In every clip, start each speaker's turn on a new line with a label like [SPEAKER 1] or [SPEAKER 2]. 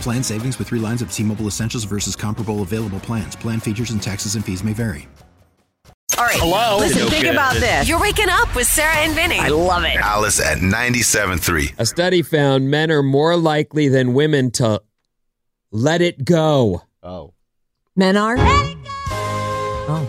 [SPEAKER 1] Plan savings with three lines of T Mobile Essentials versus comparable available plans. Plan features and taxes and fees may vary.
[SPEAKER 2] All right.
[SPEAKER 3] Hello?
[SPEAKER 2] Listen,
[SPEAKER 3] No
[SPEAKER 2] think
[SPEAKER 3] kidding.
[SPEAKER 2] about this. You're waking up with Sarah and Vinny. Oh, I love it.
[SPEAKER 4] Alice at 97.3.
[SPEAKER 3] A study found men are more likely than women to let it go.
[SPEAKER 5] Oh.
[SPEAKER 6] Men are. Oh.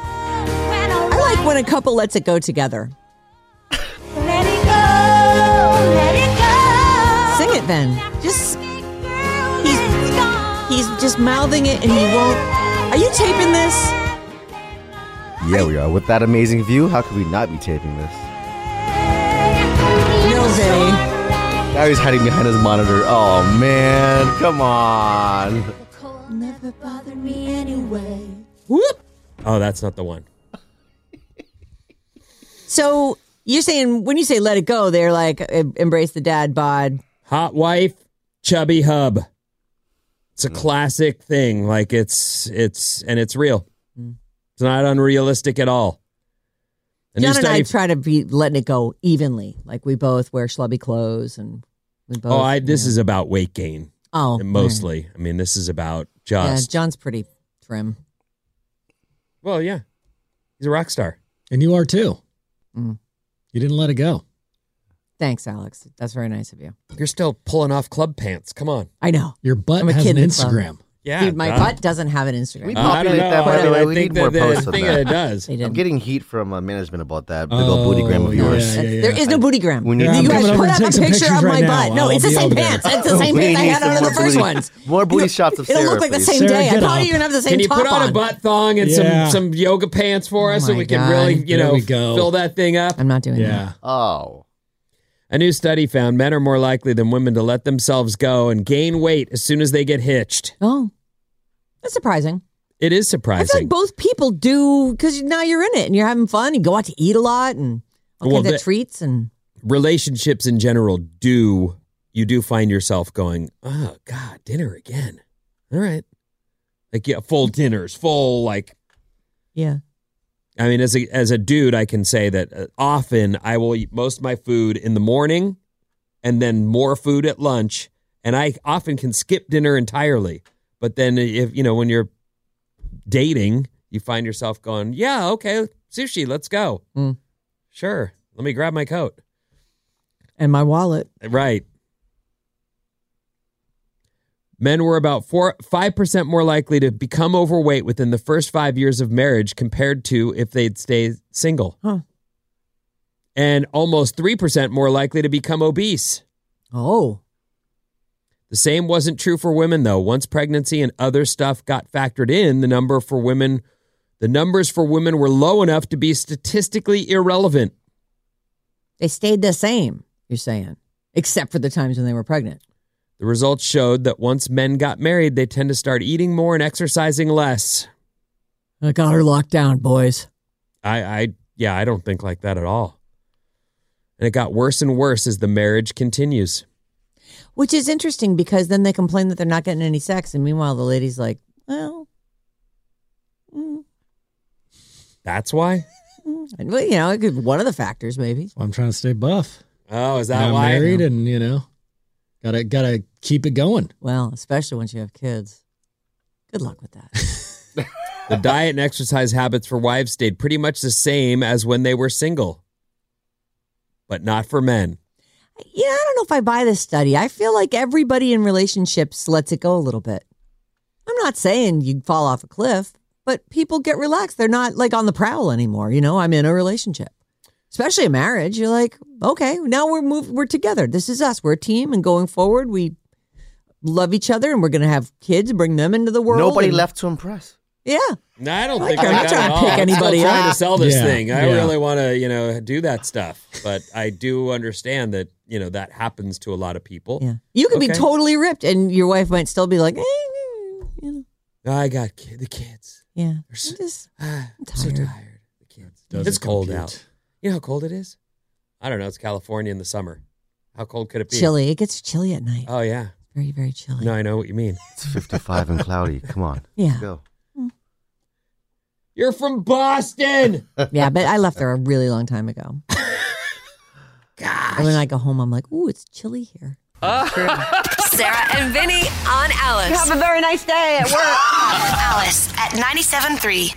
[SPEAKER 6] I like when a couple lets it go together. Sing it then. Just he's he's just mouthing it and he won't. Are you taping this?
[SPEAKER 5] Yeah, we are. With that amazing view, how could we not be taping this?
[SPEAKER 6] No, Vinny.
[SPEAKER 5] Now he's hiding behind his monitor. Oh, man. Come on.
[SPEAKER 3] Whoop. Oh, that's not the one.
[SPEAKER 6] So you're saying when you say let it go, they're like em- embrace the dad bod.
[SPEAKER 3] Hot wife, chubby hub. It's a
[SPEAKER 5] Hmm.
[SPEAKER 3] classic thing. Like it's it's and it's real.
[SPEAKER 6] Hmm.
[SPEAKER 3] It's not unrealistic at all. A new
[SPEAKER 6] John and I
[SPEAKER 3] study-
[SPEAKER 6] try to be letting it go evenly. Like we both wear schlubby clothes and we both.
[SPEAKER 3] Oh, I, this
[SPEAKER 6] yeah.
[SPEAKER 3] is about weight gain
[SPEAKER 6] oh
[SPEAKER 3] mostly. I mean, this is about
[SPEAKER 6] all right. Yeah,
[SPEAKER 3] just
[SPEAKER 6] John's pretty trim.
[SPEAKER 3] well, yeah. He's a rock star.
[SPEAKER 7] And you are too.
[SPEAKER 6] Mm.
[SPEAKER 7] You didn't let it go.
[SPEAKER 6] Thanks, Alex. That's very nice of you.
[SPEAKER 3] You're still pulling off club pants. Come on.
[SPEAKER 6] I know.
[SPEAKER 7] Your butt
[SPEAKER 6] I'm a
[SPEAKER 7] has
[SPEAKER 6] kid
[SPEAKER 7] an
[SPEAKER 6] in the club.
[SPEAKER 7] Instagram.
[SPEAKER 3] Yeah,
[SPEAKER 6] Dude, my
[SPEAKER 3] God.
[SPEAKER 6] butt doesn't have an Instagram.
[SPEAKER 5] We-
[SPEAKER 3] I don't
[SPEAKER 5] Populate
[SPEAKER 3] know.
[SPEAKER 5] that, by
[SPEAKER 3] I
[SPEAKER 5] the way.
[SPEAKER 3] I
[SPEAKER 5] We
[SPEAKER 3] think
[SPEAKER 5] need more
[SPEAKER 3] that,
[SPEAKER 5] posts
[SPEAKER 3] I
[SPEAKER 5] on
[SPEAKER 3] think
[SPEAKER 5] that.
[SPEAKER 3] it does.
[SPEAKER 6] They
[SPEAKER 5] I'm
[SPEAKER 6] didn't.
[SPEAKER 5] getting heat from uh, management about that big old booty gram of
[SPEAKER 7] yeah,
[SPEAKER 5] yours.
[SPEAKER 7] yeah, yeah.
[SPEAKER 6] There is no booty gram.
[SPEAKER 5] We need Yeah,
[SPEAKER 6] you
[SPEAKER 5] I'm
[SPEAKER 6] guys
[SPEAKER 5] coming
[SPEAKER 7] over to
[SPEAKER 6] put up
[SPEAKER 7] take
[SPEAKER 6] a
[SPEAKER 7] some
[SPEAKER 6] picture
[SPEAKER 7] pictures
[SPEAKER 6] of my
[SPEAKER 7] right now.
[SPEAKER 6] butt. No,
[SPEAKER 7] I'll
[SPEAKER 6] it's the
[SPEAKER 7] be
[SPEAKER 6] same
[SPEAKER 7] over there.
[SPEAKER 6] pants. It's the same
[SPEAKER 5] We
[SPEAKER 6] pants I
[SPEAKER 5] need
[SPEAKER 6] had
[SPEAKER 5] some
[SPEAKER 6] on in
[SPEAKER 5] more
[SPEAKER 6] the first
[SPEAKER 5] booty-
[SPEAKER 6] ones.
[SPEAKER 5] more booty
[SPEAKER 6] It'll-
[SPEAKER 5] shots of
[SPEAKER 6] It'll
[SPEAKER 5] Sarah,
[SPEAKER 6] look like the
[SPEAKER 5] please.
[SPEAKER 6] same
[SPEAKER 7] Sarah,
[SPEAKER 6] day. I
[SPEAKER 7] get
[SPEAKER 6] probably
[SPEAKER 7] up.
[SPEAKER 6] even have the same
[SPEAKER 3] Can you
[SPEAKER 6] top
[SPEAKER 3] put on, a
[SPEAKER 6] on.
[SPEAKER 3] butt thong and
[SPEAKER 7] Yeah.
[SPEAKER 3] some some yoga pants for
[SPEAKER 6] Oh
[SPEAKER 3] us so
[SPEAKER 6] my
[SPEAKER 3] we can
[SPEAKER 6] God.
[SPEAKER 3] really, you
[SPEAKER 7] There
[SPEAKER 3] know,
[SPEAKER 7] we go.
[SPEAKER 3] fill that thing up?
[SPEAKER 6] I'm not doing that.
[SPEAKER 7] Yeah.
[SPEAKER 5] Oh.
[SPEAKER 3] A new study found men are more likely than women to let themselves go and gain weight as soon as they get hitched.
[SPEAKER 6] Oh, that's surprising.
[SPEAKER 3] It is
[SPEAKER 6] I feel like
[SPEAKER 3] surprising.
[SPEAKER 6] both people do because now you're in it and you're having fun. You go out to eat a lot and all
[SPEAKER 3] Well,
[SPEAKER 6] kinds
[SPEAKER 3] the-
[SPEAKER 6] of treats and
[SPEAKER 3] Relationships in general do you do find yourself going, "Oh god, dinner again." All right. Like yeah, full dinners, full like
[SPEAKER 6] yeah.
[SPEAKER 3] I mean, as a as a dude, I can say that uh, often I will eat most of my food in the morning, and then more food at lunch, and I often can skip dinner entirely. But then, if you know, when you're dating, you find yourself going, "Yeah, okay, sushi, let's go."
[SPEAKER 6] Mm.
[SPEAKER 3] Sure, let me grab my coat.
[SPEAKER 6] And my wallet.
[SPEAKER 3] Right. Men were about four five percent more likely to become overweight within the first five years of marriage compared to if they'd stay single.
[SPEAKER 6] Huh.
[SPEAKER 3] And almost three percent more likely to become obese.
[SPEAKER 6] Oh,
[SPEAKER 3] The same wasn't true for women though. Once pregnancy and other stuff got factored in, the number for women the numbers for women were low enough to be statistically irrelevant.
[SPEAKER 6] they stayed the same. You're saying, except for the times when they were pregnant.
[SPEAKER 3] The results showed that once men got married, they tend to start eating more and exercising less.
[SPEAKER 6] I got her locked down, boys.
[SPEAKER 3] I, I, yeah, I don't think like that at all. And it got worse and worse as the marriage continues.
[SPEAKER 6] Which is interesting because then they complain that they're not getting any sex, and meanwhile the lady's like, well, mm,
[SPEAKER 3] That's why.
[SPEAKER 6] mm. And, well, you know, it could one of the factors maybe.
[SPEAKER 7] Well, I'm trying to stay buff.
[SPEAKER 3] Oh, is
[SPEAKER 7] And
[SPEAKER 3] that
[SPEAKER 7] I'm
[SPEAKER 3] why?
[SPEAKER 7] married and, you know, gotta gotta keep it going.
[SPEAKER 6] Well, especially once you have kids. Good luck with that.
[SPEAKER 3] The diet and exercise habits for wives stayed pretty much the same as when they were single, but not for men.
[SPEAKER 6] Yeah, I don't know if I buy this study. I feel like everybody in relationships lets it go a little bit. I'm not saying you fall off a cliff, but people get relaxed. They're not like on the prowl anymore. You know, I'm in a relationship, especially a marriage. You're like, okay, now we're move, we're together. This is us. We're a team, and going forward, we love each other, and we're gonna have kids, bring them into the world.
[SPEAKER 5] Nobody
[SPEAKER 6] and-
[SPEAKER 5] left to impress.
[SPEAKER 6] Yeah,
[SPEAKER 3] No, I don't
[SPEAKER 6] I
[SPEAKER 3] think I'm
[SPEAKER 6] don't care. I'm not trying to pick anybody
[SPEAKER 3] I'm still trying
[SPEAKER 6] up.
[SPEAKER 3] to sell this
[SPEAKER 7] Yeah,
[SPEAKER 3] thing. I
[SPEAKER 7] yeah.
[SPEAKER 3] really want to, you know, do that stuff. But I do understand that, you know, that happens to a lot of people.
[SPEAKER 6] yeah. You could be
[SPEAKER 3] Okay.
[SPEAKER 6] totally ripped, and your wife might still be like, eh, you know,
[SPEAKER 3] I got ki- the kids.
[SPEAKER 6] yeah.
[SPEAKER 3] You're so-
[SPEAKER 6] I'm just-
[SPEAKER 3] Ah, I'm
[SPEAKER 6] I'm
[SPEAKER 3] so
[SPEAKER 6] tired.
[SPEAKER 3] tired. The kids.
[SPEAKER 7] Doesn't
[SPEAKER 3] it's cold
[SPEAKER 7] compute.
[SPEAKER 3] out. You know how cold it is? I don't know. It's California in the summer. How cold could it be?
[SPEAKER 6] chilly. It gets chilly at night.
[SPEAKER 3] Oh yeah.
[SPEAKER 6] very, very chilly.
[SPEAKER 3] No, I know what you mean.
[SPEAKER 5] It's 55 and cloudy. Come on.
[SPEAKER 6] Yeah.
[SPEAKER 5] Go.
[SPEAKER 3] You're from Boston.
[SPEAKER 6] Yeah, but I left there a really long time ago. And when I go home, I'm like, ooh, it's chilly here.
[SPEAKER 2] Sarah and Vinny on Alice. Have a very nice day at work. Alice at 97.3.